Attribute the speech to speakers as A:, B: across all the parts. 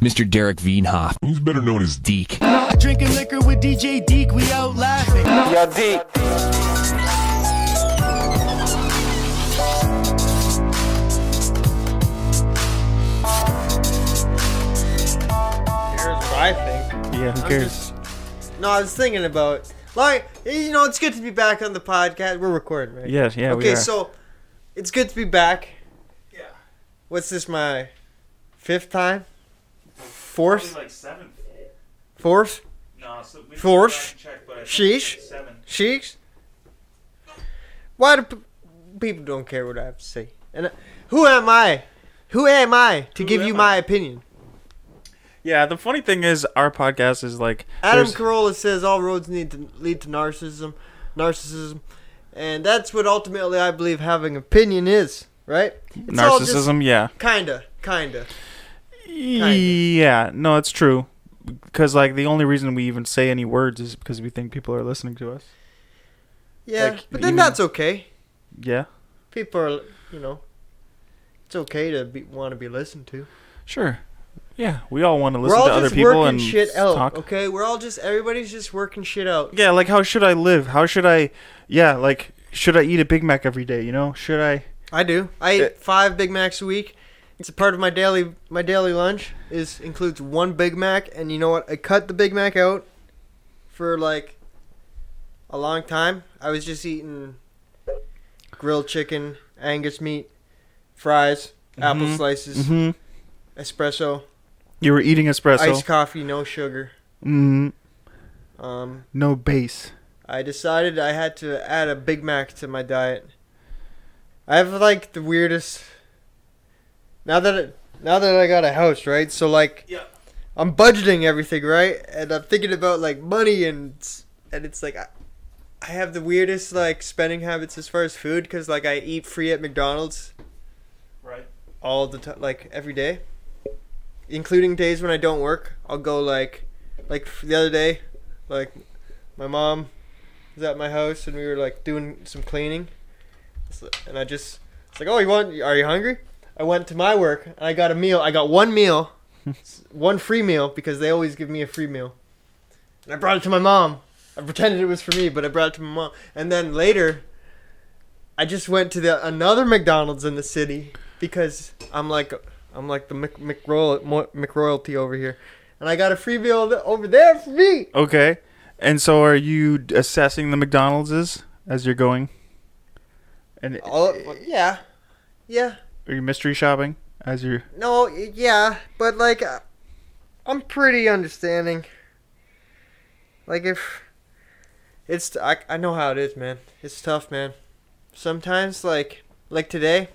A: Mr. Derek Wienhoff.
B: He's better known as
A: Deke.
C: Drinking liquor with DJ Deke, we out laughing.
D: Yo, D.
E: Here's what I think.
F: Yeah, who
E: I'm
F: cares?
E: just- no, I was thinking about like you know, it's good to be back on the podcast. We're recording, right?
F: Yeah, yeah, we
E: Okay,
F: are.
E: so it's good to be back. Yeah. What's this? My fifth time? Fourth?
G: like seventh.
E: Fourth?
G: No, so we
E: Fourth.
G: can go back and check, but I think
E: Sheesh.
G: it's like seven.
E: Sheeks? Why do p- people don't care what I have to say? And uh, who am I? Who am I to
G: Who
E: give
G: am
E: you
G: I?
E: my opinion?
F: Yeah, the funny thing is, our podcast is like
E: Adam
F: there's-
E: Carolla says all roads need to lead to narcissism, narcissism, and that's what ultimately I believe having opinion is, right? It's all just
F: narcissism. Yeah,
E: kinda, kinda.
F: yeah, no, it's true. Because like the only reason we even say any words is because we think people are listening to us.
E: Yeah,
F: Like,
E: but then
F: even-
E: that's okay.
F: Yeah,
E: People are, you know, it's okay to be, want to be listened to.
F: sure. Yeah, we all want to
E: We're
F: listen
E: all
F: to other
E: just
F: people and
E: working shit out,
F: talk.
E: okay? We're all just everybody's just working shit out.
F: Yeah, like how should I live? How should I? Yeah, like should I eat a Big Mac every day? You know, should I?
E: I do. I eat
F: Eh.
E: five Big Macs a week. It's a part of my daily my daily lunch is includes one Big Mac, and you know what? I cut the Big Mac out for like a long time. I was just eating grilled chicken, Angus meat, fries, apple
F: Mhm.
E: slices,
F: Mm-hmm.
E: espresso,
F: You were eating espresso.
E: iced coffee, no sugar.
F: Mm,
E: Um,
F: no base.
E: I decided I had to add a Big Mac to my diet. I have like the weirdest. Now that it, now that I got a house, right? So like,
G: Yeah.
E: I'm budgeting everything, right? And I'm thinking about like money and s- and it's like I, I have the weirdest like spending habits as far as food because like I eat free at McDonald's
G: Right.
E: all the time, like every day, including days when I don't work. I'll go like, like the other day, like my mom was at my house and we were like doing some cleaning, So- and I just it's like, oh, you want? Are you hungry? I went to my work and I got a meal. I got one meal, s- one free meal because they always give me a free meal, and I brought it to my mom. I pretended it was for me, but I brought it to my mom. And then later, I just went to the another McDonald's in the city because I'm like I'm like the Mc, McRoyal, Mo- McRoyalty over here, and I got a free meal th- over there for me.
F: Okay. And so are you d- assessing the McDonald's as you're going? And
E: Oh yeah, yeah.
F: are you mystery shopping as you're
E: No, yeah, but like, uh, I'm pretty understanding. Like, if it's, I, I know how it is, man. It's tough, man. Sometimes, like, like today,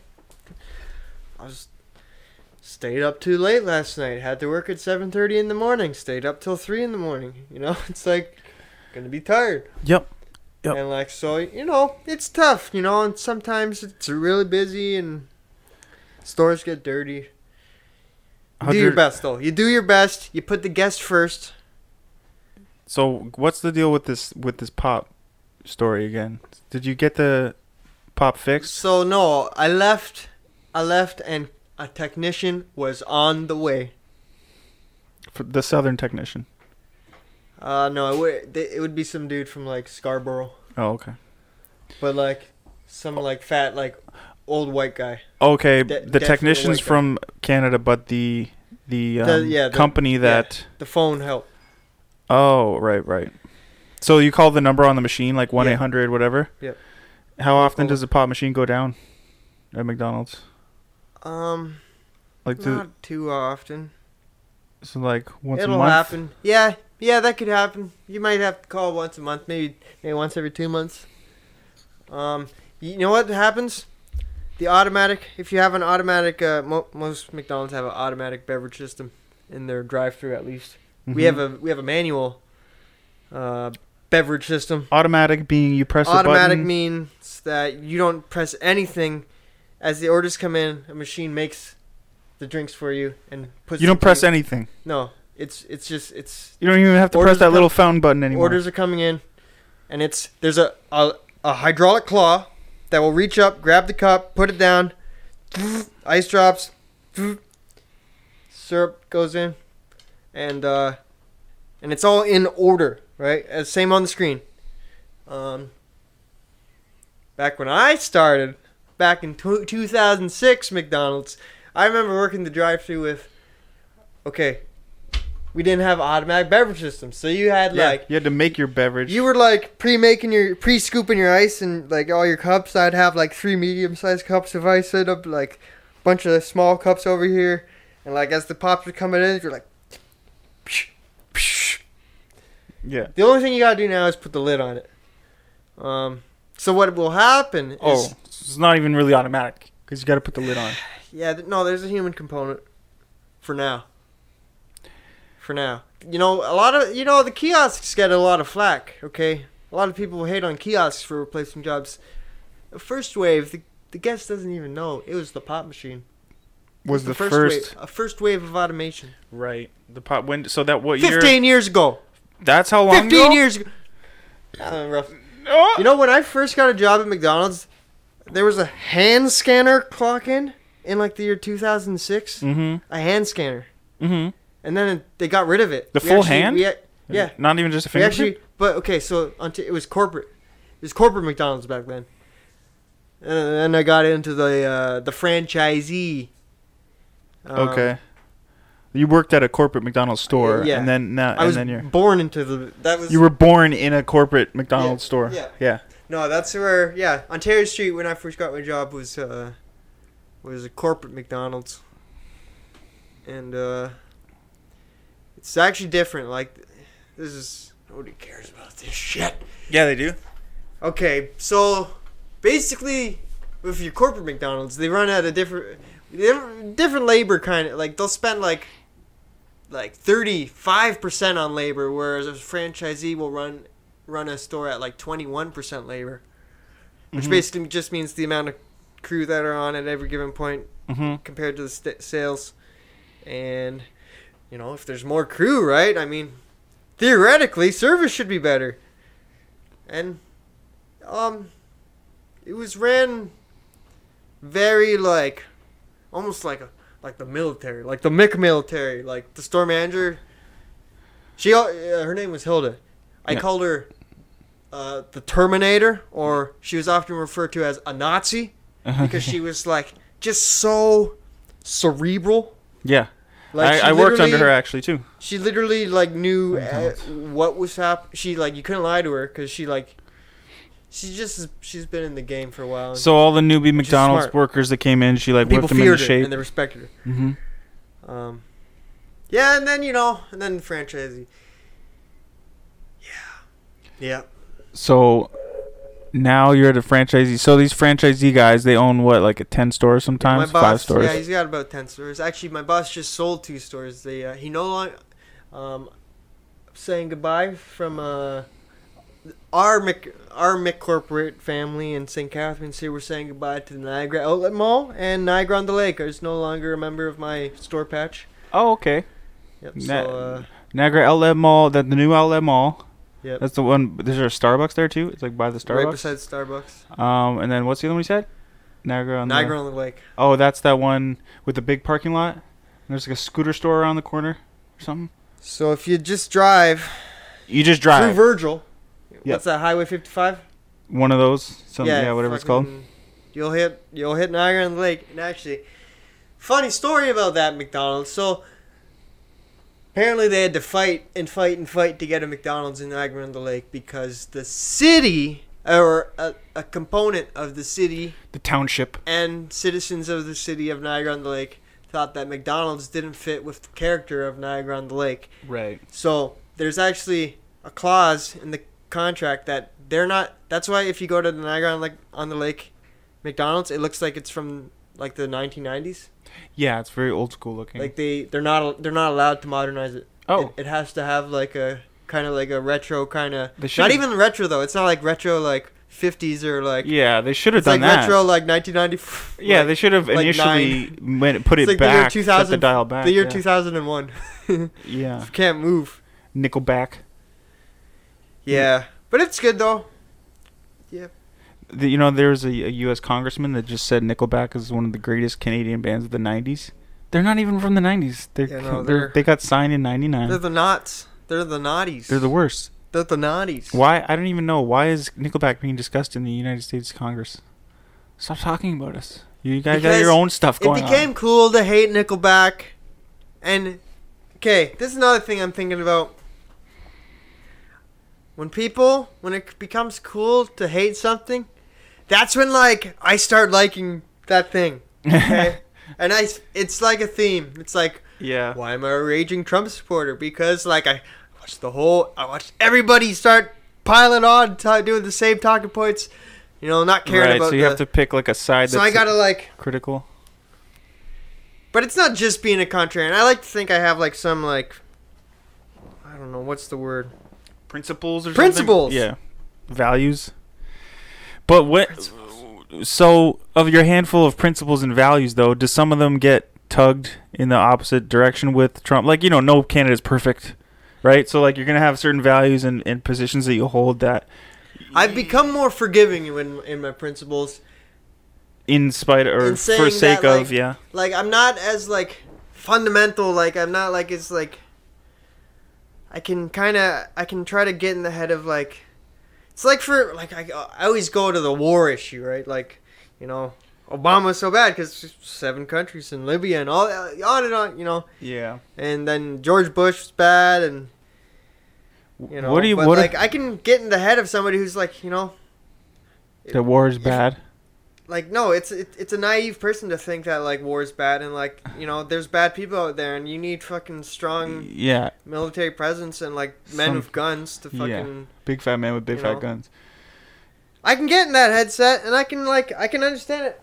E: I was stayed up too late last night. Had to work at 7:30 in the morning. Stayed up till three in the morning. You know, it's like gonna be tired.
F: Yep. Yep.
E: And like, so you know, it's tough. You know, and sometimes it's really busy and stores get dirty. You do your
F: Hundred-
E: best though. You do your best. You put the guest first.
F: So what's the deal with this with this pop story again? Did you get the pop fixed?
E: So no, I left. I left, and a technician was on the way.
F: For the southern technician.
E: Uh, no, it would it would be some dude from like Scarborough,
F: Oh, okay.
E: but like some like fat like old white guy.
F: Okay,
E: De-
F: the
E: definitely
F: technician's
E: like that.
F: from Canada, but the the, um,
E: The- yeah, the-
F: company that
E: The phone help.
F: Oh, right, right. So you call the number on the machine like 1-800 whatever?
E: Yep.
F: How often
E: Cool.
F: does the pop machine go down at McDonald's?
E: Um,
F: Like do-
E: not too often.
F: So like once
E: It'll
F: a month.
E: happen. Yeah, yeah, that could happen. You might have to call once a month, maybe maybe once every two months. Um, you know what happens? The automatic. If you have an automatic, uh, mo- most McDonald's have an automatic beverage system in their drive-through at least.
F: Mm-hmm.
E: We have a we have a manual uh, beverage system.
F: automatic being you press
E: automatic
F: a button.
E: means that you don't press anything. As the orders come in, a machine makes the drinks for you and puts.
F: you
E: them
F: don't press
E: to you.
F: anything.
E: No, it's it's just it's
F: You don't even have to
E: Orders
F: press that
E: come-
F: little fountain button anymore.
E: orders are coming in, and it's there's a, a a hydraulic claw that will reach up, grab the cup, put it down, ice drops, syrup goes in, and uh, and it's all in order, right? As same on the screen. Um, back when I started, back in tw 2006, McDonald's, I remember working the drive-through with. Okay, we didn't have automatic beverage systems, so you had
F: Yeah,
E: like
F: you had to make your beverage.
E: you were like pre-making your pre-scooping your ice and like all your cups. I'd have like three medium-sized cups of ice set up, like bunch of small cups over here, and like as the pops are coming in, you're like. Psh, psh.
F: yeah.
E: The only thing you gotta do now is put the lid on it. Um, so what will happen is
F: Oh, so it's not even really automatic because you got to put the lid on.
E: yeah, th- no, there's a human component for now. For now, you know, a lot of you know the kiosks get a lot of flack. Okay, a lot of people hate on kiosks for replacing jobs. The first wave, the, the guest doesn't even know it was the pop machine.
F: Was the, first,
E: wave, a first wave of automation.
F: right? The pop when so that what year?
E: Fifteen years ago.
F: That's how long.
E: Fifteen
F: ago?
E: years ago. Uh, rough.
F: Oh!
E: You know, when I first got a job at McDonald's, there was a hand scanner clock in in like the year 2006.
F: Mm-hmm.
E: A hand scanner,
F: Mm-hmm.
E: and then it- they got rid of it.
F: The
E: We
F: full
E: actually-
F: hand?
E: we ac- yeah,
F: Not even just a
E: we
F: fingerprint.
E: actually. But okay, so until it was corporate. It was corporate McDonald's back then. And then I got into the uh, the franchisee. Um,
F: okay. You worked at a corporate McDonald's store,
E: yeah.
F: and then now,
E: I was
F: and then you're
E: born into the. That was
F: you were born in a corporate McDonald's
E: Yeah,
F: store.
E: yeah.
F: yeah.
E: No, that's where yeah, Ontario Street when I first got my job was uh was a corporate McDonald's. And uh it's actually different. Like this is nobody cares about this shit.
F: Yeah, they do.
E: Okay, so basically with your corporate McDonald's, they run at a different different different labor kind of like they'll spend like like 35% on labor whereas a franchisee will run run a store at like 21% labor which basically just means the amount of crew that are on at every given point
F: Mm-hmm.
E: compared to the st- sales and you know if there's more crew right i mean theoretically service should be better and um it was ran very like almost like a like the military like the mick military like the store manager she al- uh, her name was hilda i
F: Yeah.
E: called her uh, the terminator or she was often referred to as a nazi
F: Uh-huh.
E: because she was like just so cerebral.
F: yeah.
E: Like
F: I, I
E: she
F: worked under
E: literally-
F: her actually too.
E: She literally like knew uh, what was happening. She like you couldn't lie to her because she like she just she's been in the game for a while. and
F: So all the newbie
E: Which is
F: McDonald's
E: smart.
F: workers that came in, she like
E: people
F: whipped them into
E: feared her
F: shape.
E: and they respected
F: hmm
E: her. Um, yeah, and then you know, and then franchisee. Yeah,
F: So now you're at a franchisee. So these franchisee guys, they own what, like a ten stores
E: yeah.
F: sometimes,
E: my boss,
F: five stores.
E: yeah, he's got about ten stores. Actually, my boss just sold two stores. They uh, he no longer um, saying goodbye from uh, our Mc, our McCorporate family in St. Catharines here. We're saying goodbye to the Niagara Outlet Mall and Niagara on the Lake. Is no longer a member of my store patch.
F: Oh, okay.
E: Yep. So
F: Na-
E: uh,
F: Niagara Outlet Mall, that the new Outlet Mall.
E: Yep.
F: That's the one. There's a Starbucks there too. It's like by the
E: right
F: Starbucks.
E: beside Starbucks,
F: um, and then what's the other one you said? Niagara on
E: Niagara
F: The-
E: on the Lake.
F: oh, that's that one with the big parking lot. And there's like a scooter store around the corner or something.
E: So if you just drive
F: You just
E: through
F: drive
E: Virgil, what's that Highway 55?
F: one of those. Some, yeah, whatever it's called.
E: fucking- You'll hit you'll hit Niagara on the Lake. And actually, funny story about that McDonald's. So apparently they had to fight and fight and fight to get a McDonald's in Niagara on the Lake because the city or a, a component of the city
F: The township.
E: and citizens of the city of Niagara on the Lake thought that McDonald's didn't fit with the character of Niagara on the Lake.
F: Right.
E: So there's actually a clause in the contract that they're not. That's why if you go to the Niagara on like on the lake, McDonald's, it looks like it's from like the 1990s.
F: Yeah, it's very old school looking.
E: Like they they're not they're not allowed to modernize it.
F: oh,
E: It, it has to have like a kind of like a retro kind of.
F: They
E: Not
F: should've-
E: even retro though. It's not like retro like 50s or like.
F: yeah, they should have
E: It's
F: done
E: like
F: that.
E: retro like 1990.
F: yeah, they should have
E: like
F: initially went, put it
E: It's like the year
F: back, set the
E: 2000
F: dial back.
E: the year
F: yeah.
E: 2001.
F: Yeah,
E: Can't move.
F: Nickelback. Hmm.
E: Yeah, but it's good though.
F: The, you know, there was a, a U.S. congressman that just said Nickelback is one of the greatest Canadian bands of the '90s. They're not even from the '90s. They're,
E: Yeah,
F: they're,
E: no, they're-
F: they got signed in '99.
E: They're
F: They're,
E: the knots. They're the naughties.
F: the worst.
E: They're the naughties.
F: Why? I don't even know. Why is Nickelback being discussed in the United States Congress? Stop talking about us. You guys got
E: Because
F: your own stuff
E: It
F: going
E: became
F: on.
E: cool to hate Nickelback, and okay, this is another thing I'm thinking about. When people, when it becomes cool to hate something, that's when like I start liking that thing. Okay, and I, it's like a theme. It's like
F: yeah.
E: why am I a raging Trump supporter? Because like I watched the whole, I watched everybody start piling on, t- doing the same talking points. You know, not caring
F: Right.
E: about.
F: So you
E: the-
F: have to pick like a side
E: So
F: that's
E: I gotta like,
F: critical.
E: but it's not just being a contrarian. I like to think I have like some like, I don't know what's the word.
F: principles or
E: Principles!
F: Something? Yeah, values. But what? So of your handful of principles and values, though, do some of them get tugged in the opposite direction with Trump? Like you know, no candidate's perfect, right? So like you're gonna have certain values and, and positions that you hold that
E: I've become more forgiving in in my principles.
F: in spite or
E: In saying
F: for
E: that,
F: sake of
E: like-
F: yeah.
E: Like I'm not as like fundamental. Like I'm not like it's like. I can kind of I can try to get in the head of like, it's like for like I I always go to the war issue right like, you know. Obama's so bad because seven countries in Libya and all uh, on and on, you know.
F: Yeah.
E: and then George Bush was bad, and you know.
F: What do you-
E: But
F: what do-
E: like, I can get in the head of somebody who's like, you know,
F: The war is bad.
E: like no, it's it, it's a naive person to think that like war is bad, and like you know, there's bad people out there, and you need fucking strong
F: Yeah,
E: military presence and like men
F: Some-
E: with guns to
F: yeah.
E: fucking.
F: big fat man with big
E: You
F: fat
E: know.
F: guns.
E: I can get in that headset, and I can like I can understand it.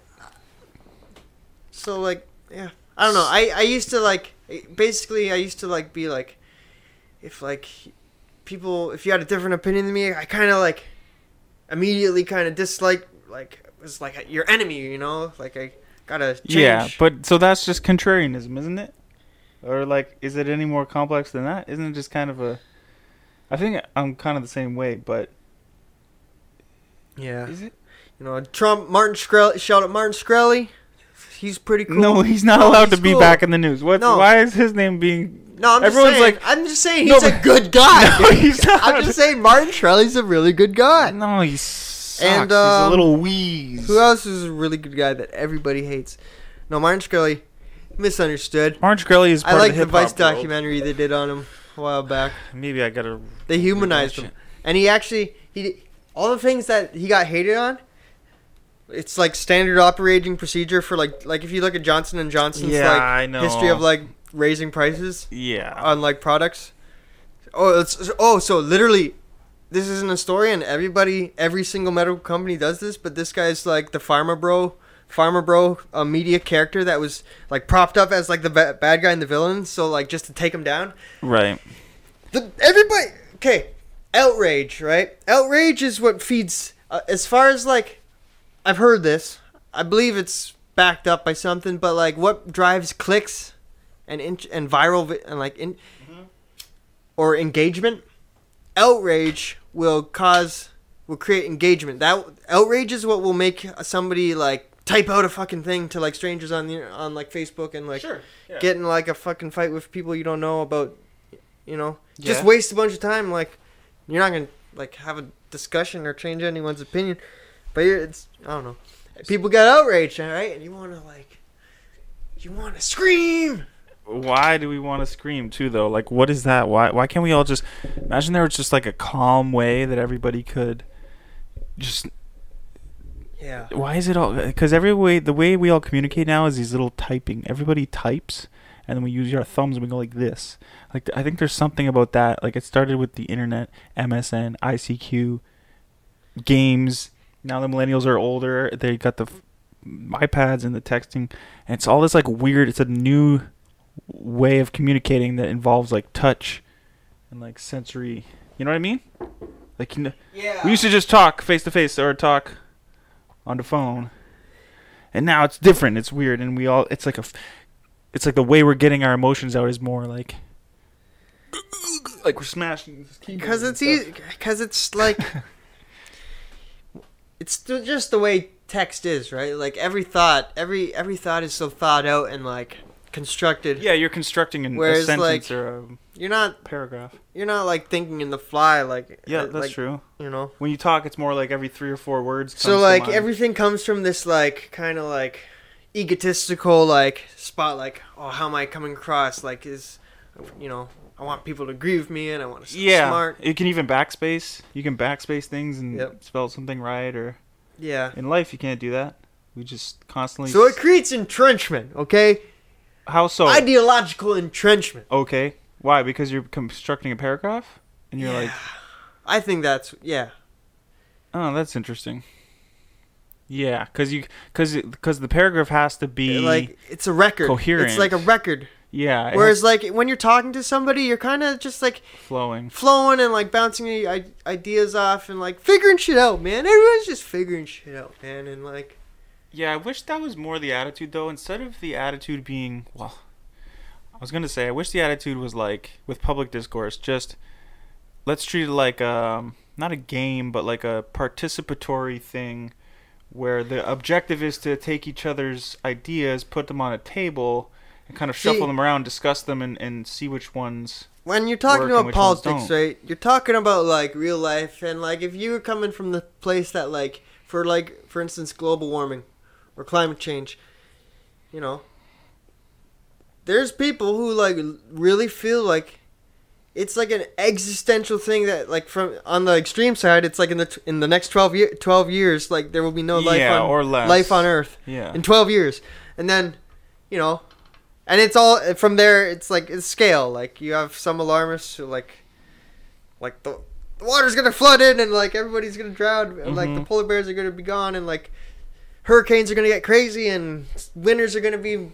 E: So like, yeah, I don't know. I I used to like basically I used to like be like, if like people if you had a different opinion than me, I kind of like immediately kind of dislike like it was like your enemy, you know? Like I gotta change.
F: Yeah, but so that's just contrarianism, isn't it? Or like, is it any more complex than that? Isn't it just kind of a? I think I'm kind of the same way, but
E: yeah,
F: is it?
E: you know Trump Martin Shkreli shout out Martin Shkreli. He's pretty cool.
F: No, he's not
E: No,
F: allowed
E: he's
F: to be
E: cool.
F: back in the news. What?
E: No.
F: Why is his name being?
E: No, I'm
F: Everyone's
E: just saying.
F: like-
E: I'm just saying
F: No,
E: he's a
F: but-
E: good guy.
F: No, he's not.
E: I'm just saying Martin Shkreli's a really good guy.
F: No, he sucks.
E: And,
F: he's a
E: um,
F: little wheeze.
E: Who else is a really good guy that everybody hates? No, Martin Shkreli, misunderstood.
F: Orange Grelly is part
E: I like
F: of
E: the
F: the,
E: Vice
F: hip-hop world.
E: documentary they did on him a while back.
F: Maybe I gotta.
E: They humanized
F: Rewatch
E: him,
F: it.
E: and he actually he all the things that he got hated on. It's like standard operating procedure for like like if you look at Johnson and Johnson's
F: Yeah,
E: like
F: I know.
E: history of like raising prices
F: Yeah.
E: on like products. Oh, it's oh, so literally, this isn't a story, and everybody, every single medical company does this. But this guy's like the pharma bro, pharma bro, a media character that was like propped up as like the ba- bad guy and the villain. So like just to take him down,
F: right.
E: the everybody okay outrage right outrage is what feeds uh, as far as like i've heard this i believe it's backed up by something but like what drives clicks and in- and viral vi- and like in or engagement outrage will cause will create engagement that outrage is what will make somebody like type out a fucking thing to like strangers on the on like facebook and like
F: Yeah.
E: get in like a fucking fight with people you don't know about you know just
F: Yeah.
E: waste a bunch of time like you're not gonna like have a discussion or change anyone's opinion but you're, it's i don't know people got outraged all right and you want to like you want to scream
F: why do we want to scream too though like what is that why why can't we all just imagine there was just like a calm way that everybody could just
E: yeah
F: why is it all because every way the way we all communicate now is these little typing everybody types and then we use our thumbs and we go like this like i think there's something about that like it started with the internet msn icq games now the millennials are older they got the f- ipads and the texting and it's all this like weird it's a new way of communicating that involves like touch and like sensory you know what i mean like you know,
E: yeah
F: we used to just talk face to face or talk on the phone, and now it's different. It's weird, and we all it's like a, f- it's like the way we're getting our emotions out is more like, like we're smashing this keyboard
E: because
F: and
E: it's
F: stuff.
E: easy because it's like it's th- just the way text is right like every thought every every thought is so thought out and like constructed.
F: Yeah, you're constructing an, a
E: Whereas,
F: sentence
E: like-
F: or a
E: You're not
F: paragraph.
E: you're not like thinking in the fly like
F: Yeah,
E: uh,
F: that's
E: like,
F: true.
E: You know.
F: When you talk, it's more like every three or four words. comes
E: So
F: to
E: like
F: mind.
E: everything comes from this like kind of like egotistical like spot like oh how am I coming across like is you know I want people to agree with me and I want to sound
F: yeah,
E: smart
F: you can even backspace. You can backspace things and
E: Yep.
F: spell something right. Or
E: yeah.
F: in life, you can't do that. We just constantly.
E: So it
F: s-
E: creates entrenchment, okay?
F: how so?
E: Ideological entrenchment.
F: okay, why? Because you're constructing a paragraph, and you're like,
E: I think that's yeah.
F: oh, that's interesting. Yeah, because you because because the paragraph has to be
E: Like it's a record.
F: E coherent.
E: It's like a record.
F: yeah, it
E: Whereas
F: Where's
E: like when you're talking to somebody, you're kind of just like
F: flowing.
E: flowing and like bouncing your i- ideas off and like figuring shit out, man. Everyone's just figuring shit out, man. And like
F: Yeah, I wish that was more the attitude though. Instead of the attitude being, well, I was gonna say, I wish the attitude was like with public discourse, just let's treat it like um not a game, but like a participatory thing, where the objective is to take each other's ideas, put them on a table, and kind of
E: See-
F: shuffle them around, discuss them, and and see which ones.
E: when you're talking
F: Work and
E: about
F: which ones
E: politics,
F: don't.
E: right? You're talking about like real life and like if you were coming from the place that like for like for instance global warming or climate change, you know, there's people who like really feel like it's like an existential thing that like from on the extreme side, it's like in the t- in the next 12 year 12 years like there will be no life
F: Yeah,
E: on
F: or less.
E: life on earth.
F: Yeah.
E: in 12 years and then you know and it's all from there it's like it's scale like you have some alarmists who like like the, the water's gonna flood in and like everybody's gonna drown and like the
F: Mhm.
E: polar bears are gonna be gone and like hurricanes are gonna get crazy and winters are gonna be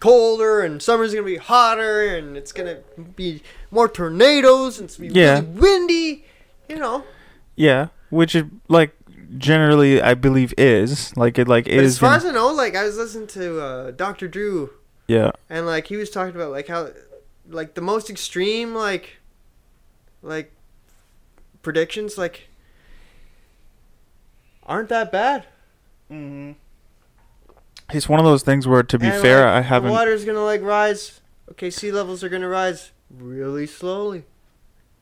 E: colder and summers are gonna be hotter and it's gonna be more tornadoes and it's gonna be
F: Yeah.
E: really windy you know
F: Yeah, which it, like generally I believe is like it like
E: but as far as i know like i was listening to uh, dr drew
F: yeah
E: and like he was talking about like how like the most extreme like like predictions like aren't that bad
F: Mm-hmm. It's one of those things where, to be
E: And,
F: fair,
E: like,
F: I haven't.
E: the water's gonna like rise okay sea levels are gonna rise really slowly over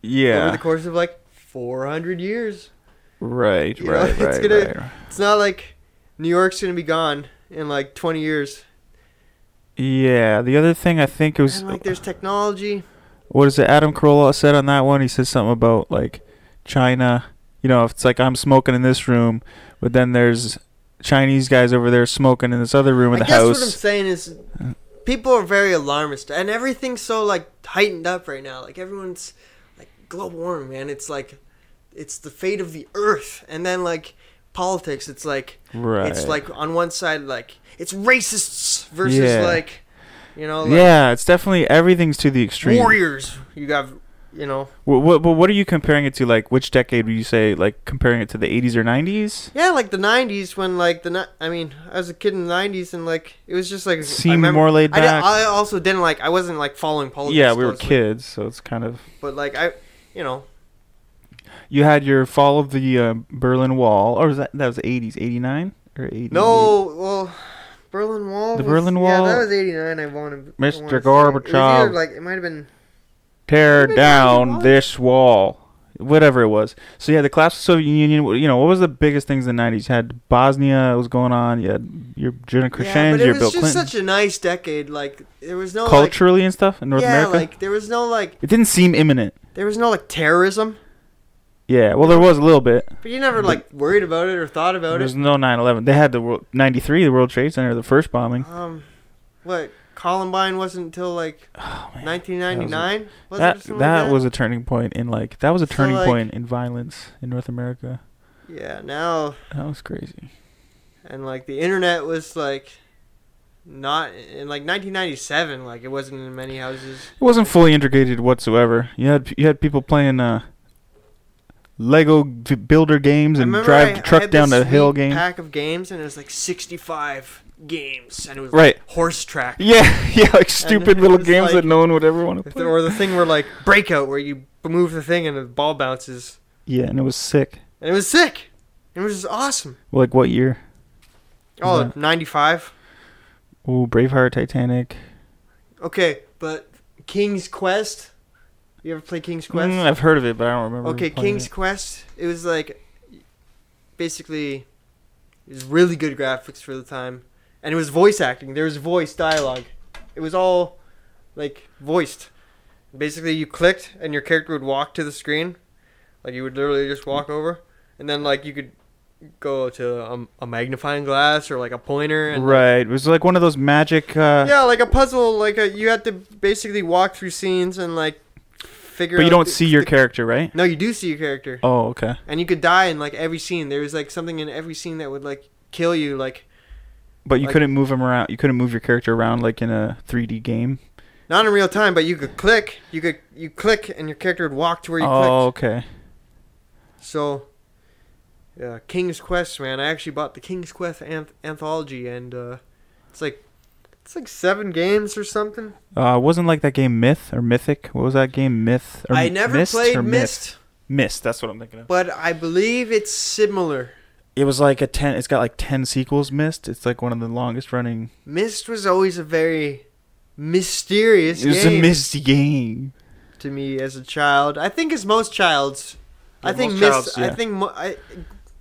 F: yeah.
E: the course of like 400 years
F: right.
E: you know,
F: right.
E: it's
F: right.
E: gonna-
F: right, right.
E: it's not like new york's gonna be gone in like 20 years
F: Yeah. The other thing I think it was
E: and like there's technology
F: what is it? Adam Carolla said on that one. He says something about like China. You know, if it's like I'm smoking in this room, but then there's Chinese guys over there smoking in this other room
E: I
F: of the
E: guess what I'm
F: house.
E: saying is, people are very alarmist, and everything's so like tightened up right now. Like everyone's like global warming, man. It's like it's the fate of the earth, and then like politics. It's like
F: right.
E: it's like on one side, like it's racists versus
F: Yeah.
E: like you know, like
F: yeah, it's definitely everything's to the extreme.
E: warriors. You have you know,
F: What, what, what are you comparing it to? Like, which decade would you say? Like, comparing it to the 80s or 90s?
E: yeah, like the '90s when like the ni- I mean, I was a kid in the '90s, and like it was just like
F: Seemed
E: I remember-
F: more laid
E: I, di-
F: back.
E: I also didn't like I wasn't like following politics.
F: yeah, we were
E: closely,
F: kids, so it's kind of.
E: but like I, you know.
F: Mm-hmm. You had your fall of the uh, Berlin Wall, or was that that was eighties, eighty nine or eighty?
E: No, well, Berlin Wall.
F: The
E: was-
F: Berlin Wall-
E: Yeah, that was '89. I wanted.
F: Mr.
E: It was either,
F: Gorbachev.
E: like it might have been.
F: tear
E: Maybe
F: down
E: not.
F: this wall, whatever it was. So yeah, the collapse of the Soviet Union. You know what was the biggest things in the nineties? You had Bosnia was going on. You had your Jenna
E: yeah,
F: Khrushchev,
E: but it
F: your
E: was
F: Bill
E: just
F: Clinton,
E: such a nice decade. Like there was no
F: culturally and stuff in
E: Like,
F: North
E: yeah,
F: America.
E: like there was no like
F: it didn't seem imminent.
E: there was no like terrorism,
F: Yeah, well there was a little bit.
E: but you never like worried about it or thought
F: There
E: about
F: was
E: it.
F: no 9/11. They had the world, 93, the World Trade Center, the first bombing.
E: Um, what Columbine wasn't until like
F: Oh, man.
E: 1999. Was it or
F: that
E: something
F: that,
E: like
F: was a turning point in like that was a
E: So,
F: turning
E: like-
F: point in violence in North America.
E: yeah. Now
F: That was crazy.
E: and like the internet was like not in like 1997. Like it wasn't in many houses.
F: It wasn't fully integrated whatsoever. You had you had people playing uh, Lego v- builder games
E: I
F: and
E: remember
F: drive
E: I-
F: the
E: I
F: truck
E: had
F: down
E: this
F: a hill
E: sweet
F: game.
E: Pack of games, and it was like sixty-five games, and it was
F: Right.
E: like horse track.
F: Yeah, yeah, like stupid
E: it
F: little
E: was
F: games
E: like-
F: that no one would ever want to
E: If
F: play.
E: there- or the thing where like breakout, where you move the thing and the ball bounces,
F: yeah, and it was sick.
E: and it was sick. It was just awesome.
F: Like what year?
E: Oh,
F: Yeah.
E: 95.
F: Ooh, Braveheart, Titanic.
E: Okay, but King's Quest. You ever play King's Quest?
F: Mm, I've heard of it, but I don't remember.
E: Okay,
F: playing
E: King's
F: it.
E: Quest. It was like basically it was really good graphics for the time, and it was voice acting. There was voice dialogue. It was all like voiced. Basically, you clicked, and your character would walk to the screen. Like you would literally just walk over, and then like you could go to um, a magnifying glass or like a pointer and
F: Right. It was like one of those magic. Uh,
E: yeah, like a puzzle. Like a, you had to basically walk through scenes and like figure.
F: But you
E: out
F: don't
E: the-
F: see your
E: the-
F: character, right?
E: No, you do see your character
F: Oh, okay.
E: and you could die in like every scene. There was like something in every scene that would like kill you. Like
F: But you
E: Like-
F: couldn't move him around. You couldn't move your character around like in a 3D game.
E: not in real time, but you could click. You could you click, and your character would walk to where you
F: Oh, okay.
E: clicked. So, yeah, King's Quest, man. I actually bought the King's Quest anth- anthology, and uh, it's like it's like seven games or something.
F: Uh, wasn't like that game Myth or Mythic? What was that game Myth? Or
E: I never
F: Myst
E: played
F: or
E: Myst,
F: Myst. That's what I'm thinking of.
E: but I believe it's similar.
F: It was like a ten. It's got like ten sequels. Myst. It's like one of the longest running.
E: Mist was always a very mysterious
F: It was
E: game
F: a misty game.
E: to me as a child. I think as most childs I
F: Yeah,
E: think
F: most
E: miss,
F: childs,
E: I
F: yeah.
E: think mo- I,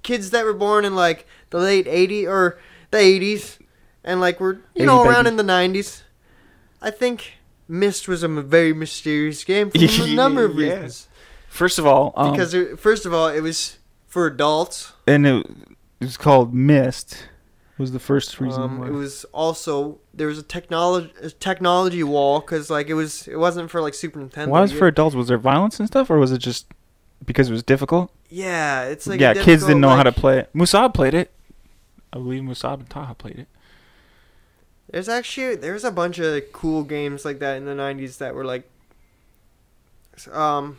E: kids that were born in like the late 80s or the 80s and like were you know
F: 80
E: around
F: baby.
E: in the 90s. I think Myst was a m- very mysterious game for a number of
F: Yeah.
E: reasons.
F: First of all, um,
E: because it, first of all, it was for adults.
F: and it, it was called Myst. Was the first reason.
E: Um,
F: why.
E: it was also there was a technology a technology wall because like it was it wasn't for like Super Nintendo.
F: Why was
E: You-
F: it for adults? Was there violence and stuff, or was it just because it was difficult?
E: yeah, it's like a
F: yeah, kids
E: difficult,
F: didn't know how to
E: like-
F: play it. Musab played it. I believe Musab and Taha played it.
E: There's actually there's a bunch of cool games like that in the '90s that were like, um,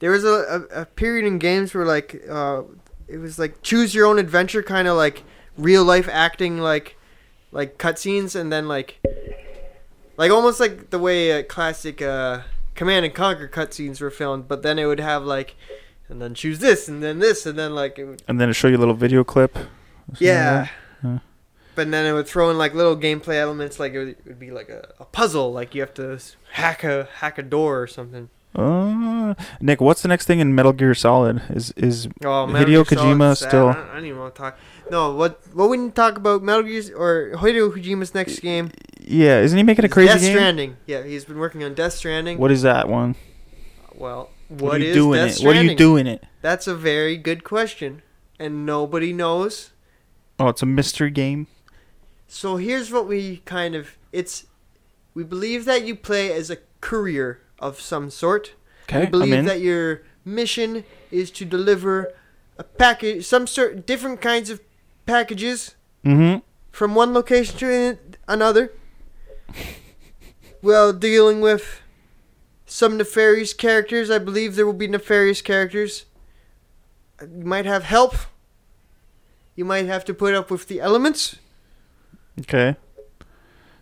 E: there was a, a, a period in games where like uh, it was like choose your own adventure kind of like real life acting like like cutscenes and then like like almost like the way uh, classic uh, Command and Conquer cutscenes were filmed, but then it would have like and then choose this and then this and then like it would,
F: And then it show you a little video clip.
E: yeah.
F: Yeah.
E: But then it would throw in like little gameplay elements, like it would, it would be like a, a puzzle, like you have to s- hack a hack a door or something.
F: Uh, Nick, what's the next thing in Metal Gear Solid? Is is
E: Oh,
F: Hideo
E: Gear
F: Kojima
E: Solid's sad.
F: still-
E: I don't, I don't even want to talk. No, what what we didn't talk about Metal Gear's or Hideo Kojima's next game?
F: yeah? Isn't he making a
E: is
F: crazy
E: Death
F: game?
E: Stranding. Yeah, he's been working on Death Stranding.
F: What is that one?
E: Well,
F: what
E: what
F: are you
E: is
F: doing
E: Death
F: it?
E: Stranding?
F: What are you doing it?
E: That's a very good question, and nobody knows.
F: Oh, it's a mystery game.
E: So here's what we kind of it's we believe that you play as a courier of some sort.
F: Okay,
E: We
F: I'm in.
E: believe that your mission is to deliver a package, some sort, different kinds of packages
F: mm-hmm.
E: from one location to an- another, while dealing with some nefarious characters. I believe there will be nefarious characters. You might have help. You might have to put up with the elements.
F: Okay.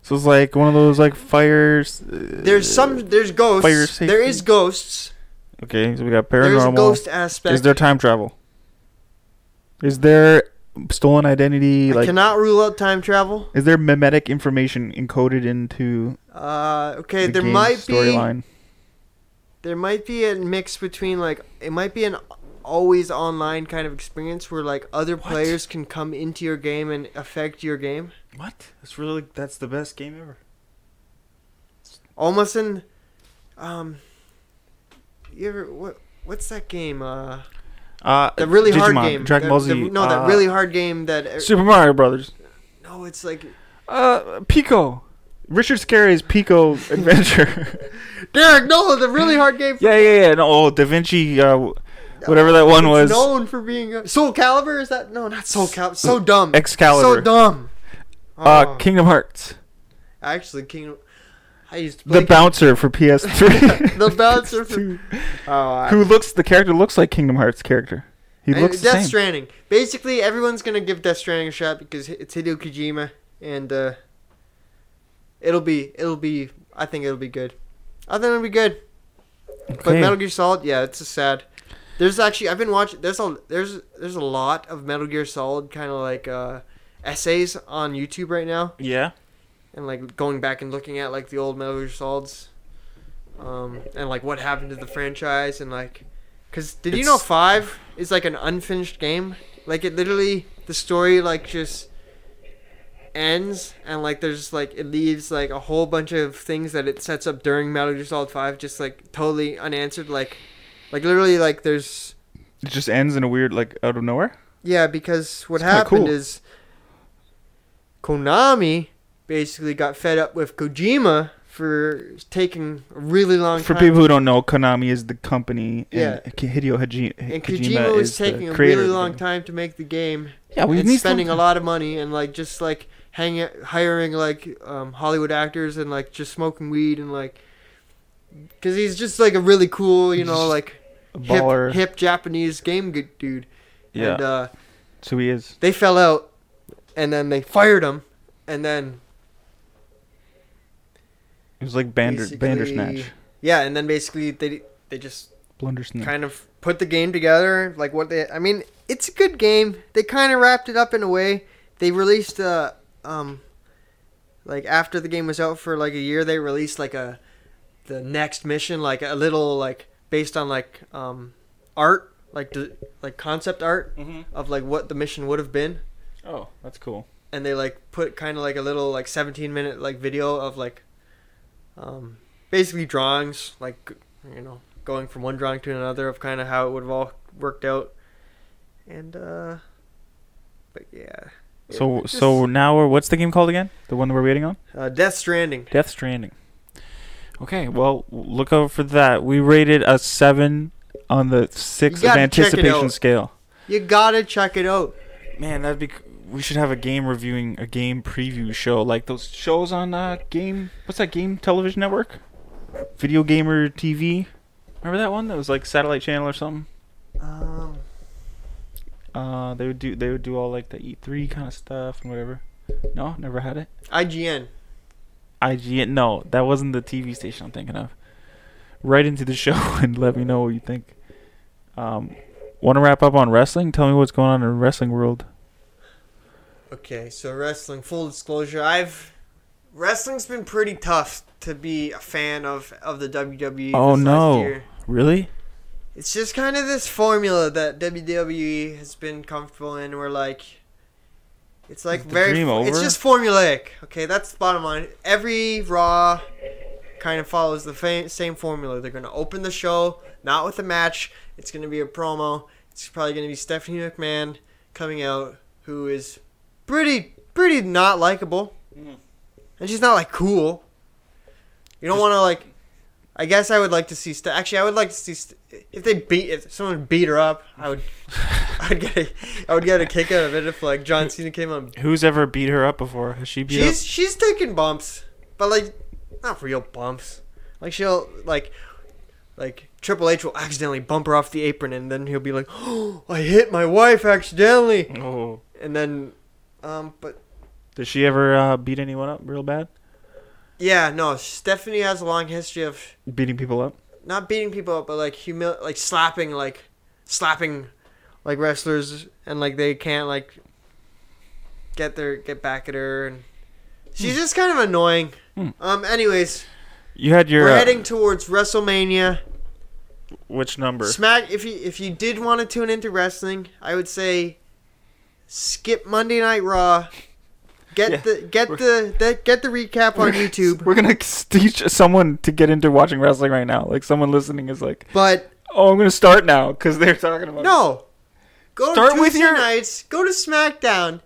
F: So it's like one of those like fires. uh,
E: There's some. There's
F: Fire
E: ghosts.
F: safety.
E: There is ghosts.
F: Okay, so we got
E: There is a
F: paranormal.
E: ghost aspect.
F: Is there time travel? Is there stolen identity?
E: I
F: like,
E: cannot rule out time travel.
F: is there memetic information encoded into
E: Uh, okay,
F: the
E: there
F: game
E: might be
F: storyline?
E: there might be a mix between like it might be an always online kind of experience where like other
F: What?
E: players can come into your game and affect your game.
F: What? That's really that's the best game ever.
E: Almost in, um, you ever what what's that game? Uh,
F: Uh,
E: the really hard
F: Digimon,
E: game.
F: Dragon
E: The-
F: Ball
E: the-
F: Z.
E: no, that
F: uh,
E: really hard game that. uh,
F: Super Mario Brothers.
E: no, it's like
F: Uh, Pico. Richard Scarry's Pico Adventure.
E: Derek. No, the really hard game.
F: yeah, yeah, yeah. No, oh, Da Vinci. Uh, w- whatever that one
E: It's
F: was.
E: known for being a, Soul Calibur. Is that no? Not Soul Calibur. So dumb.
F: Excalibur.
E: So dumb.
F: uh,
E: Oh.
F: Kingdom Hearts.
E: Actually, Kingdom. I used to play
F: The bouncer for PS3.
E: The bouncer for-
F: Two.
E: Oh, I-
F: Who looks? The character looks like Kingdom Hearts character. He
E: and
F: looks the
E: Death
F: same.
E: Stranding. Basically, everyone's gonna give Death Stranding a shot because it's Hideo Kojima, and uh, it'll be it'll be. I think it'll be good. I think it'll be good. But
F: Okay.
E: Metal Gear Solid, yeah, it's a sad. There's actually I've been watching. There's a there's there's a lot of Metal Gear Solid kind of like uh, essays on YouTube right now.
F: Yeah.
E: and like going back and looking at like the old Metal Gear Solids, um, and like what happened to the franchise and like, cause did you know
F: It's-
E: five is like an unfinished game? Like it literally the story like just ends and like there's like it leaves like a whole bunch of things that it sets up during Metal Gear Solid Five just like totally unanswered. Like, like literally like there's
F: It just ends in a weird, like, out of nowhere.
E: yeah, because what
F: It's kinda
E: happened
F: cool.
E: is Konami basically got fed up with Kojima for taking a really long
F: For
E: time.
F: people who don't know, Konami is the company, and
E: Yeah.
F: Ki- Hideo Haji-
E: and
F: Kojima,
E: Kojima
F: is
E: was
F: the
E: taking a
F: creator of
E: really
F: the
E: long
F: game.
E: time to make the game.
F: Yeah, we
E: and
F: need
E: spending a
F: some-
E: lot of money and like just like hanging, hiring like um, Hollywood actors and like just smoking weed and like, because he's just like a really cool, you
F: He's
E: know,
F: just
E: like
F: A baller.
E: hip, hip Japanese game good dude.
F: yeah,
E: And, uh,
F: so he is.
E: they fell out and then they fired him and then
F: It was like Bander-
E: basically-
F: Bandersnatch,
E: yeah and then basically they they just
F: Blundersnatch.
E: kind of put the game together like what they i mean it's a good game they kind of wrapped it up in a way they released a um like after the game was out for like a year they released like a the next mission like a little like based on like um art like d- like concept art
F: mm-hmm.
E: of like what the mission would have been
F: Oh, that's cool.
E: and they like put kind of like a little like 17 minute like video of like um basically drawings like you know going from one drawing to another of kind of how it would have all worked out and uh but yeah
F: So,
E: It
F: so now we're what's the game called again? The one that we're waiting on?
E: just- uh, death stranding
F: Death Stranding. Okay, well, w- look out for that. We rated a seven on the six
E: You
F: of
E: gotta check it
F: anticipation
E: out.
F: scale.
E: you gotta check it out
F: Man, that'd be. c- We should have a game reviewing, a game preview show, like those shows on uh, game. What's that game television network? Video Gamer TV. Remember that one that was like satellite channel or something?
E: um
F: Uh, they would do they would do all like the E3 kind of stuff and whatever. No, never had it.
E: ign
F: IGN. No, that wasn't the TV station I'm thinking of. Right into the show and let me know what you think. Um, want to wrap up on wrestling? Tell me what's going on in the wrestling world.
E: okay so wrestling full disclosure i've wrestling's been pretty tough to be a fan of of the wwe
F: Oh,
E: this
F: no.
E: last year.
F: Really?
E: It's just kind of this formula that WWE has been comfortable in. Where like, it's like
F: Is the
E: very,
F: dream
E: it's
F: over?
E: just formulaic. Okay, that's the bottom line. Every Raw kind of follows the fa- same formula. They're gonna open the show not with a match. It's gonna be a promo. It's probably gonna be Stephanie McMahon coming out, who is pretty, pretty not likable, and she's not like cool. You don't want to like. I guess I would like to see. St- actually, I would like to see st- if they beat if someone beat her up. I would. I'd get a. I would get a kick out of it if like John Cena came on.
F: Who's ever beat her up before? Has she beat
E: She's
F: up?
E: she's taking bumps, but like not real bumps. Like she'll like like Triple H will accidentally bump her off the apron, and then he'll be like, "Oh, I hit my wife accidentally,"
F: Oh.
E: and then, um, but
F: Does she ever uh, beat anyone up real bad?
E: yeah, no. Stephanie has a long history of
F: Beating people up?
E: not beating people up, but like humil like slapping like slapping like wrestlers and like they can't like get their get back at her and she's just kind of annoying.
F: Hmm.
E: Um anyways,
F: You had your
E: we're
F: uh,
E: heading towards WrestleMania.
F: which number?
E: Smack if you if you did want to tune into wrestling, I would say skip Monday Night Raw. Get
F: Yeah,
E: the get
F: we're-
E: the, the get the recap on YouTube.
F: We're gonna teach someone to get into watching wrestling right now. Like someone listening is like,
E: But
F: "Oh, I'm gonna start now" because they're talking about.
E: No. Go
F: Start
E: to
F: with
E: Tuesday
F: your-
E: nights. Go to SmackDown.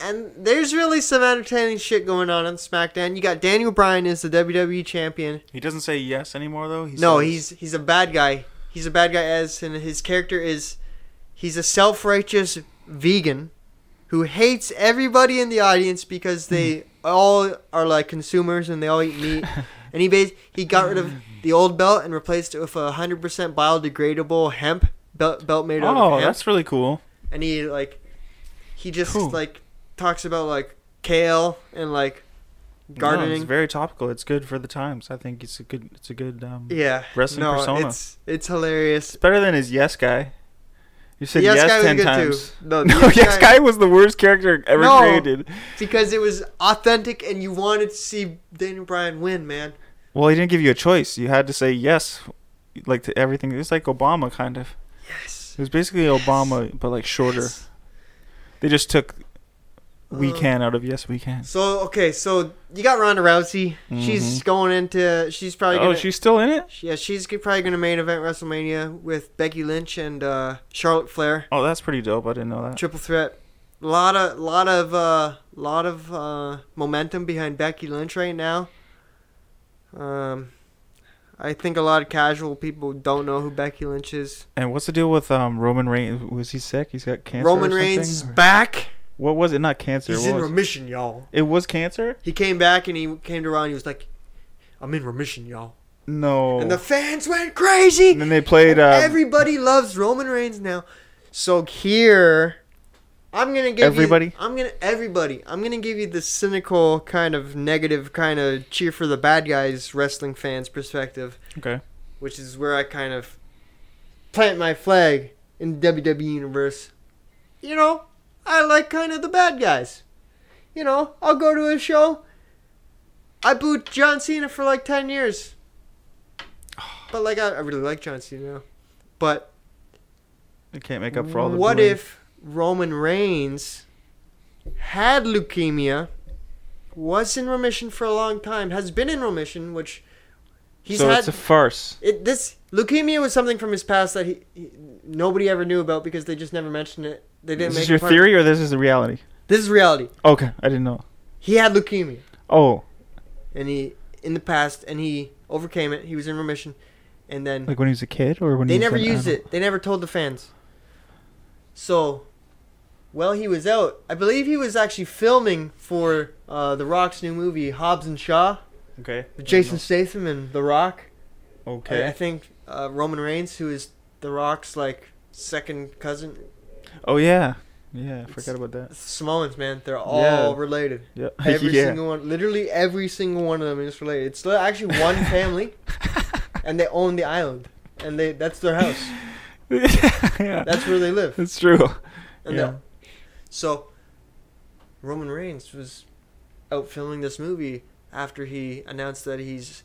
E: And there's really some entertaining shit going on on SmackDown. You got Daniel Bryan is the WWE champion.
F: He doesn't say yes anymore though. He
E: no,
F: says-
E: he's he's a bad guy. He's a bad guy as and his character is he's a self-righteous vegan who hates everybody in the audience because they all are like consumers and they all eat meat. and he bas- he got rid of the old belt and replaced it with a 100% biodegradable hemp belt, belt made out
F: Oh,
E: of hemp
F: that's really cool.
E: and he like he just
F: Cool.
E: like talks about like kale and like
F: No, it's
E: gardening.
F: very topical. It's good for the times. I think it's a good. It's a good. Um,
E: yeah,
F: wrestling
E: no,
F: persona.
E: it's it's hilarious.
F: It's better than his yes guy. You
E: The
F: said
E: yes,
F: yes,
E: guy
F: ten
E: was good
F: times.
E: too. No, the
F: No, yes guy was the worst character ever
E: No.
F: created.
E: because it was authentic and you wanted to see Daniel Bryan win, man.
F: Well, he didn't give you a choice. You had to say yes, like to everything. It was like Obama kind of.
E: Yes.
F: It was basically Obama, but like shorter.
E: Yes.
F: They just took we
E: Uh,
F: can out of yes we can.
E: So okay, so you got Ronda Rousey. She's going into. She's probably. Gonna,
F: Mm-hmm. Oh, she's still in it.
E: Yeah, she's g- probably going to main event WrestleMania with Becky Lynch and uh, Charlotte Flair.
F: Oh, that's pretty dope. I didn't know that.
E: Triple threat. Lot of lot of uh, lot of uh, momentum behind Becky Lynch right now. Um, I think a lot of casual people don't know who Becky Lynch is.
F: And what's the deal with um Roman Reigns? Was he sick? He's got cancer.
E: Roman
F: or
E: Reigns is
F: something?
E: back.
F: What was it? Not cancer.
E: He's
F: what
E: in
F: was it?
E: remission, y'all.
F: It was cancer.
E: He came back and he came to Ron. And he was like, "I'm in remission, y'all,"
F: No.
E: and the fans went crazy.
F: Oh. And then they played. Um,
E: Everybody loves Roman Reigns now. So here, I'm gonna give you-
F: Everybody?
E: I'm gonna everybody. I'm gonna give you the cynical kind of negative kind of cheer for the bad guys wrestling fans perspective,
F: okay.
E: which is where I kind of plant my flag in the WWE universe. You know, I like kind of the bad guys. You know, I'll go to a show. I booed John Cena for like ten years, but like I, I really like John Cena now. But
F: They can't make up for all the.
E: what
F: booing.
E: if Roman Reigns had leukemia, was in remission for a long time, has been in remission, which he's
F: so
E: had.
F: it's a farce.
E: it, this leukemia was something from his past that he, he nobody ever knew about because they just never mentioned it. They didn't
F: Is
E: make
F: this
E: it
F: your
E: part-
F: theory or this is the reality?
E: This is reality.
F: Okay, I didn't know.
E: He had leukemia,
F: Oh,
E: and he in the past, and he overcame it. He was in remission, and then
F: like when he was a kid or when
E: They
F: he was
E: never
F: an
E: used
F: adult?
E: it. They never told the fans. So, while he was out, I believe he was actually filming for uh, The Rock's new movie, Hobbs and Shaw,
F: Okay.
E: with Jason Statham and The Rock.
F: Oh, Okay.
E: I, I think uh, Roman Reigns, who is The Rock's like second cousin,
F: oh yeah. Yeah, I forgot about that.
E: Samoans, man, they're all
F: Yeah.
E: related.
F: Yep.
E: Every
F: yeah.
E: single one, literally every single one of them is related. It's li- actually one family, and they own the island, and they that's their house.
F: yeah.
E: That's where they live.
F: That's true.
E: And
F: Yeah.
E: yeah. so Roman Reigns was out filming this movie after he announced that he's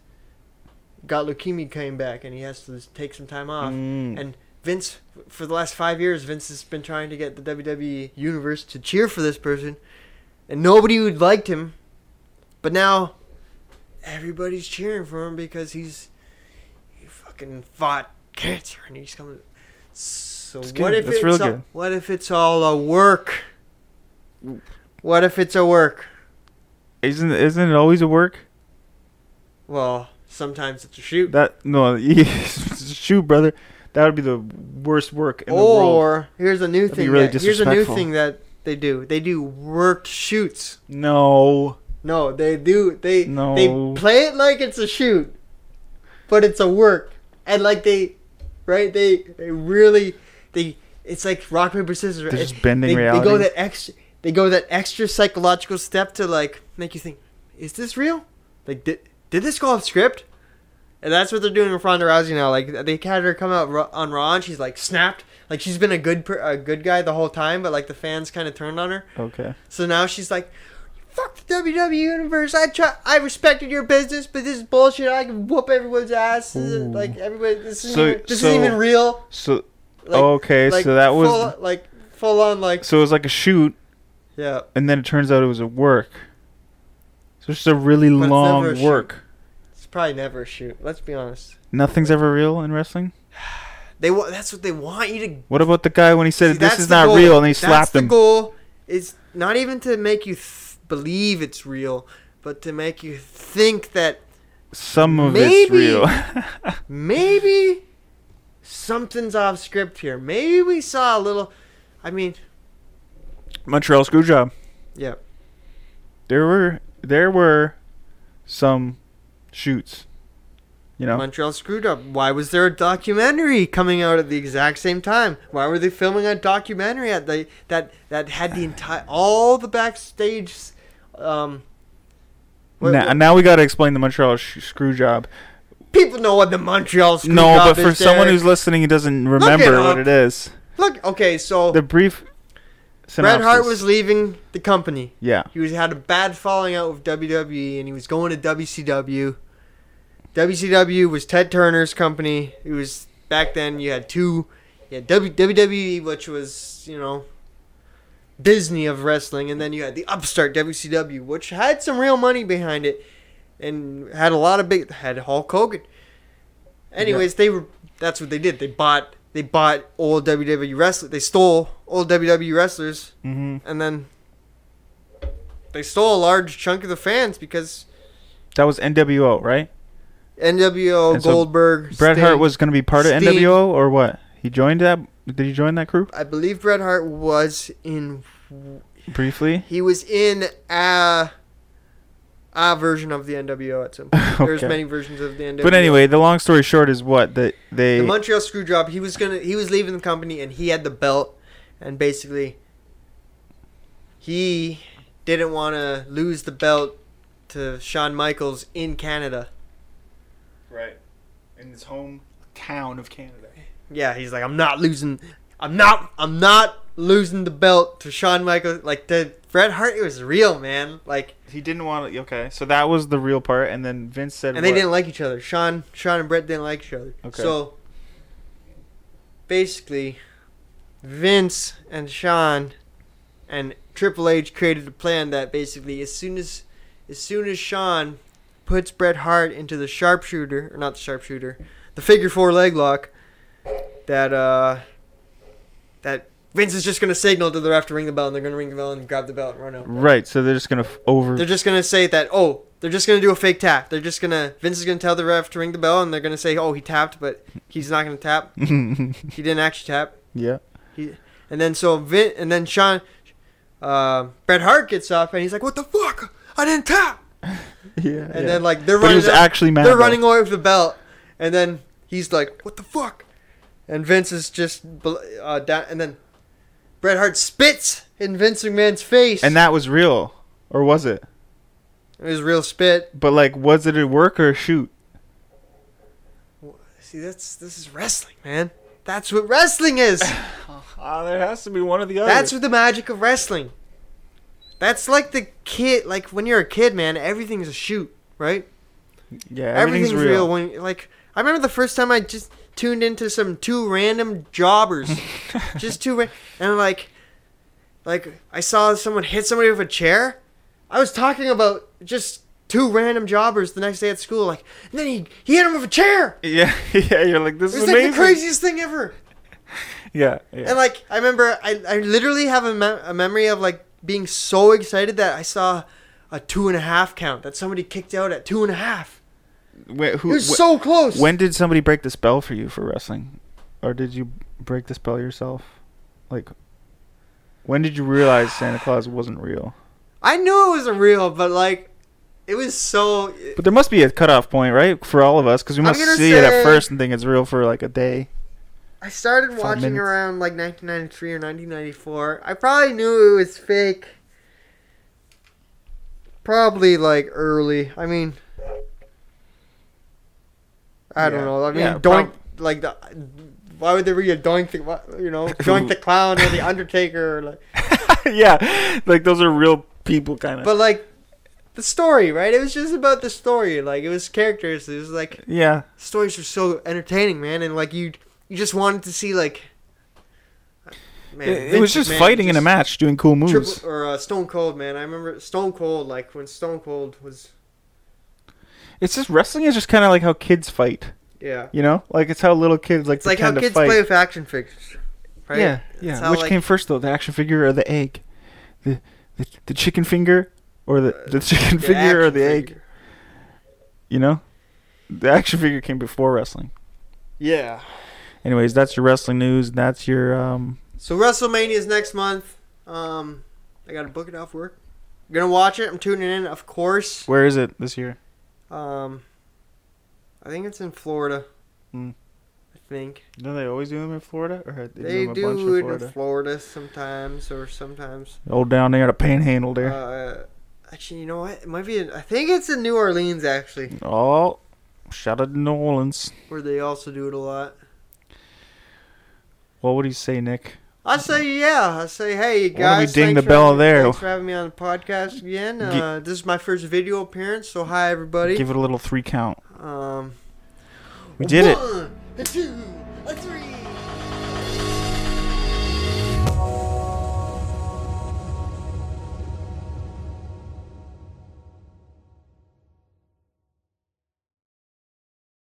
E: got leukemia came back and he has to take some time off.
F: Mm.
E: Uh, And Vince, for the last five years, Vince has been trying to get the WWE universe to cheer for this person, and nobody would liked him, but now everybody's cheering for him because he's he fucking fought cancer and he's coming. So
F: It's
E: what
F: good.
E: if
F: That's
E: it's
F: real
E: a-
F: good.
E: what if it's all a work? What if it's a work?
F: Isn't isn't it always a work?
E: Well, sometimes it's a shoot.
F: That no, shoot, brother. That would be the worst work in the world.
E: or here's a new
F: That'd be
E: thing.
F: really
E: that, here's a new
F: disrespectful.
E: thing that they do. They do worked shoots.
F: No.
E: No, they do. They
F: No.
E: they play it like it's a shoot, but it's a work. And like they, right? They they really they. It's like rock paper
F: They're
E: scissors. right?
F: just bending
E: they, They go
F: reality.
E: that extra. They go that extra psychological step to like make you think, is this real? Like did did this go off script? And that's what they're doing with Ronda Rousey now. Like they had her come out Ra- on Raw, and she's like snapped. Like she's been a good per- a good guy the whole time, but like the fans kind of turned on her.
F: Okay.
E: So now she's like, "Fuck the WWE universe. I try. I respected your business, but this is bullshit. I can whoop everyone's ass. This is-
F: Ooh.
E: Like everybody, this isn't
F: So-
E: even, this
F: so-
E: isn't even real."
F: So
E: Like,
F: okay,
E: like,
F: so that was
E: full, like full on like
F: so it was like a shoot,
E: yeah.
F: and then it turns out it was a work. So it's just a really
E: But it's
F: long
E: never a shoot.
F: work.
E: It's probably never a shoot. Let's be honest.
F: Nothing's ever real in wrestling.
E: They wa- that's what they want you to.
F: What about the guy when he said
E: See,
F: this
E: that's
F: is
E: the
F: not
E: goal.
F: real and he
E: That's
F: slapped
E: the
F: him?
E: goal is not even to make you th- believe it's real, but to make you think that
F: Some of it's
E: Maybe.
F: real.
E: maybe something's off script here. Maybe we saw a little. I mean,
F: Montreal Screwjob.
E: yeah.
F: There were there were some shoots. You know.
E: Montreal screwed up. Why was there a documentary coming out at the exact same time? Why were they filming a documentary at the that that had the entire all the backstage? Um, wait,
F: now,
E: wait,
F: now we got to explain the Montreal sh- Screwjob.
E: people know what the Montreal screwed
F: No,
E: up
F: but for
E: is,
F: someone
E: Derek.
F: who's listening who doesn't
E: it
F: remember
E: up.
F: what it is,
E: Look, okay, so
F: The brief.
E: Bret Hart
F: synopsis.
E: was leaving the company.
F: Yeah.
E: He was had a bad falling out with WWE, and he was going to WCW. WCW was Ted Turner's company. It was back then. You had two. You had w, WWE, which was you know Disney of wrestling, and then you had the upstart WCW, which had some real money behind it, and had a lot of big had Hulk Hogan. Anyways, they were that's what they did. They bought they bought old WWE wrestlers. They stole old WWE wrestlers
F: hmm
E: and then they stole a large chunk of the fans because
F: That was NWO, right?
E: NWO
F: And so
E: Goldberg.
F: Bret
E: Sting-
F: Hart was going to be part of
E: Sting.
F: NWO or what? He joined that. Did he join that crew
E: I believe Bret Hart was in.
F: briefly?
E: He was in a a version of the NWO at some point. There's
F: Okay.
E: many versions of the NWO.
F: But anyway, the long story short is what that they.
E: the Montreal Screwjob. He was gonna. He was leaving the company, and he had the belt, and basically, he didn't want to lose the belt to Shawn Michaels in Canada.
G: Right. In his hometown of Canada.
E: Yeah, he's like, I'm not losing. I'm not. I'm not losing the belt to Shawn Michaels. Like the Bret Hart, it was real, man. Like,
F: he didn't want to. Okay, so that was the real part, and then Vince said.
E: and they
F: what?
E: didn't like each other. Shawn, Shawn and Bret didn't like each other.
F: Okay.
E: So basically, Vince and Shawn and Triple H created a plan that basically, as soon as, as soon as Shawn puts Bret Hart into the sharpshooter, or not the sharpshooter, the figure four leg lock, that uh, that Vince is just gonna signal to the ref to ring the bell, and they're gonna ring the bell and grab the belt and run out.
F: Right, so they're just gonna f- over.
E: They're just gonna say that oh, they're just gonna do a fake tap. They're just gonna Vince is gonna tell the ref to ring the bell, and they're gonna say oh he tapped, but he's not gonna tap. He didn't actually tap.
F: yeah.
E: And then so Vin and then Sean, uh, Bret Hart gets up and he's like what the fuck I didn't tap.
F: Yeah.
E: And then like they're
F: but he
E: running
F: was
E: out-
F: actually mad.
E: they're
F: though.
E: running away with the belt, and then he's like what the fuck, and Vince is just bel- uh, down, and then Bret Hart spits in Vince McMahon's face,
F: And that was real, or was it?
E: it was real spit.
F: But like, was it a work or a shoot?
E: See, that's this is wrestling, man. That's what wrestling is.
F: Uh, there has to be one or the other.
E: That's what the magic of wrestling. That's like the kid, like when you're a kid, man. Everything's a shoot, right?
F: yeah. Everything's, real.
E: when, like, I remember the first time I just tuned into some two random jobbers, just two, ra- and like, like I saw someone hit somebody with a chair. I was talking about just two random jobbers the next day at school, like, and then he he hit him with a chair.
F: Yeah, yeah. You're like, this
E: It
F: is
E: was like
F: amazing.
E: the craziest thing ever.
F: Yeah, yeah.
E: And like I remember, I, I literally have a, mem- a memory of like being so excited that I saw a two and a half count that somebody kicked out at two and a half.
F: Wait, who,
E: It was
F: wh-
E: so close.
F: when did somebody break the spell for you for wrestling, or did you break the spell yourself? Like, when did you realize Santa Claus wasn't real?
E: I knew it wasn't real, but like it was so.
F: But there must be a cutoff point, right, for all of us, because we
E: I'm
F: must
E: gonna
F: see it
E: say-
F: at first and think it's real for like a day.
E: I started watching
F: minutes.
E: around like 1993 or 1994. I probably knew it was fake. Probably like early. I mean, I don't
F: Yeah.
E: know. I mean,
F: Yeah,
E: Doink like the. Why would there be a Doink the why- you know Doink the Clown or the Undertaker? Or like,
F: yeah, like those are real people, kind of.
E: but like the story, right? It was just about the story. Like it was characters. It was like
F: yeah,
E: stories are so entertaining, man, and like you you just wanted to see like
F: it,
E: man,
F: it was
E: Vince
F: just
E: McMahon
F: fighting in a
E: just-
F: match, doing cool moves.
E: Triple, or uh, Stone Cold, man. I remember Stone Cold, like when Stone Cold was
F: It's just wrestling is just kind of like how kids fight,
E: yeah.
F: you know? Like it's how little kids like
E: It's like how
F: pretend to
E: kids
F: fight.
E: play with action figures, right?
F: Yeah,
E: It's
F: yeah.
E: how,
F: Which
E: like-
F: came first though, the action figure or the egg? The the, the chicken finger or the, the chicken
E: Uh, The
F: figure or
E: action
F: the egg?
E: figure.
F: You know, the action figure came before wrestling.
E: Yeah.
F: Anyways, that's your wrestling news. and That's your um.
E: So WrestleMania is next month. Um, I gotta book it off work. I'm gonna watch it. I'm tuning in, of course.
F: Where is it this year?
E: Um, I think it's in Florida.
F: Hmm.
E: I think.
F: Do they always do them in Florida, or they,
E: They
F: do them a
E: do
F: bunch
E: it
F: in Florida?
E: in Florida sometimes, or sometimes.
F: Old down there, the Panhandle there.
E: Uh, actually, you know what? It might be. In, I think it's in New Orleans actually,
F: oh, shout out to New Orleans.
E: where they also do it a lot.
F: What would he say, Nick?
E: I say yeah. I say
F: Why don't
E: hey
F: we
E: guys.
F: ding
E: thanks
F: the
E: for
F: bell
E: having-
F: there?
E: Thanks for having me on the podcast again.
F: Gi-
E: Uh, this is my first video appearance, so hi everybody.
F: Give it a little three count.
E: um,
F: We did it.
E: One, a two, a three.